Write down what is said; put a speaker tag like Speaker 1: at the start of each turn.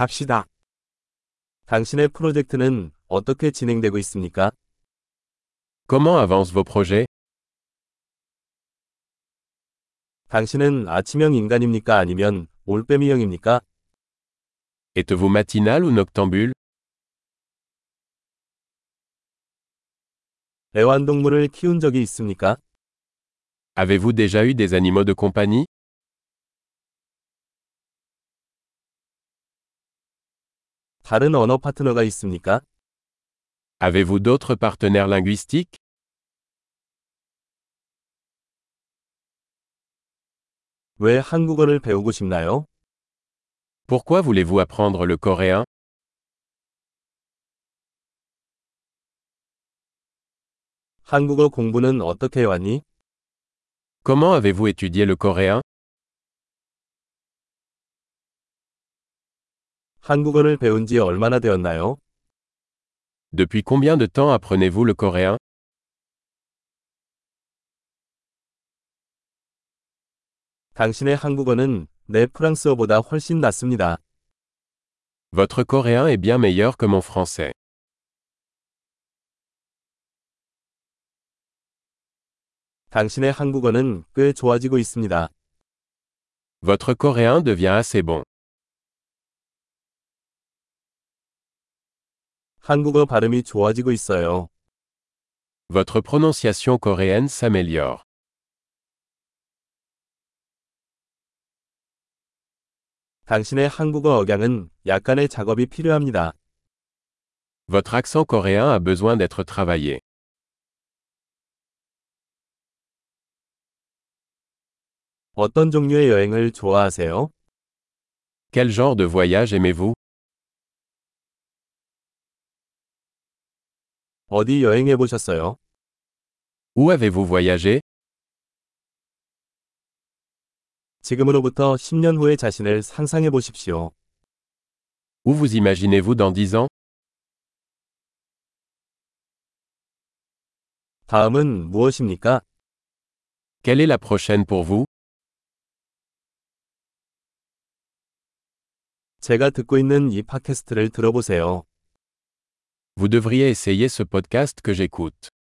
Speaker 1: 갑시다. 당신의 프로젝트는 어떻게 진행되고 있습니까?
Speaker 2: Comment avancent vos projets
Speaker 1: 당신은 아침형 인간입니까? 아니면 올빼미형입니까?
Speaker 2: Êtes-vous matinal ou noctambule
Speaker 1: 애완동물을 키운 적이 있습니까?
Speaker 2: Avez-vous déjà eu des animaux de compagnie
Speaker 1: 다른 언어 파트너가 있습니까?
Speaker 2: Avez-vous d'autres partenaires linguistiques
Speaker 1: 왜 한국어를 배우고 싶나요?
Speaker 2: Pourquoi voulez-vous apprendre le coréen
Speaker 1: 한국어 공부는 어떻게 해왔니?
Speaker 2: Comment avez-vous étudié le coréen
Speaker 1: 한국어를 배운 지 얼마나 되었나요?
Speaker 2: Depuis combien de temps apprenez-vous le coréen
Speaker 1: 당신의 한국어는 내 프랑스어보다 훨씬 낫습니다.
Speaker 2: Votre coréen est bien meilleur que mon français.
Speaker 1: 당신의 한국어는 꽤 좋아지고 있습니다.
Speaker 2: Votre coréen devient assez bon.
Speaker 1: 한국어 발음이 좋아지고 있어요.
Speaker 2: Votre prononciation coréenne s'améliore.
Speaker 1: 당신의 한국어 억양은 약간의 작업이 필요합니다.
Speaker 2: Votre accent coréen a besoin d'être travaillé.
Speaker 1: 어떤 종류의 여행을 좋아하세요?
Speaker 2: Quel genre de voyage aimez-vous
Speaker 1: 어디 여행해 보셨어요?
Speaker 2: Où avez-vous voyagé
Speaker 1: 지금으로부터 10년 후의 자신을 상상해 보십시오.
Speaker 2: Où vous imaginez-vous dans 10 ans
Speaker 1: 다음은 무엇입니까?
Speaker 2: Quelle est la prochaine pour vous
Speaker 1: 제가 듣고 있는 이 팟캐스트를 들어보세요.
Speaker 2: Vous devriez essayer ce podcast que j'écoute.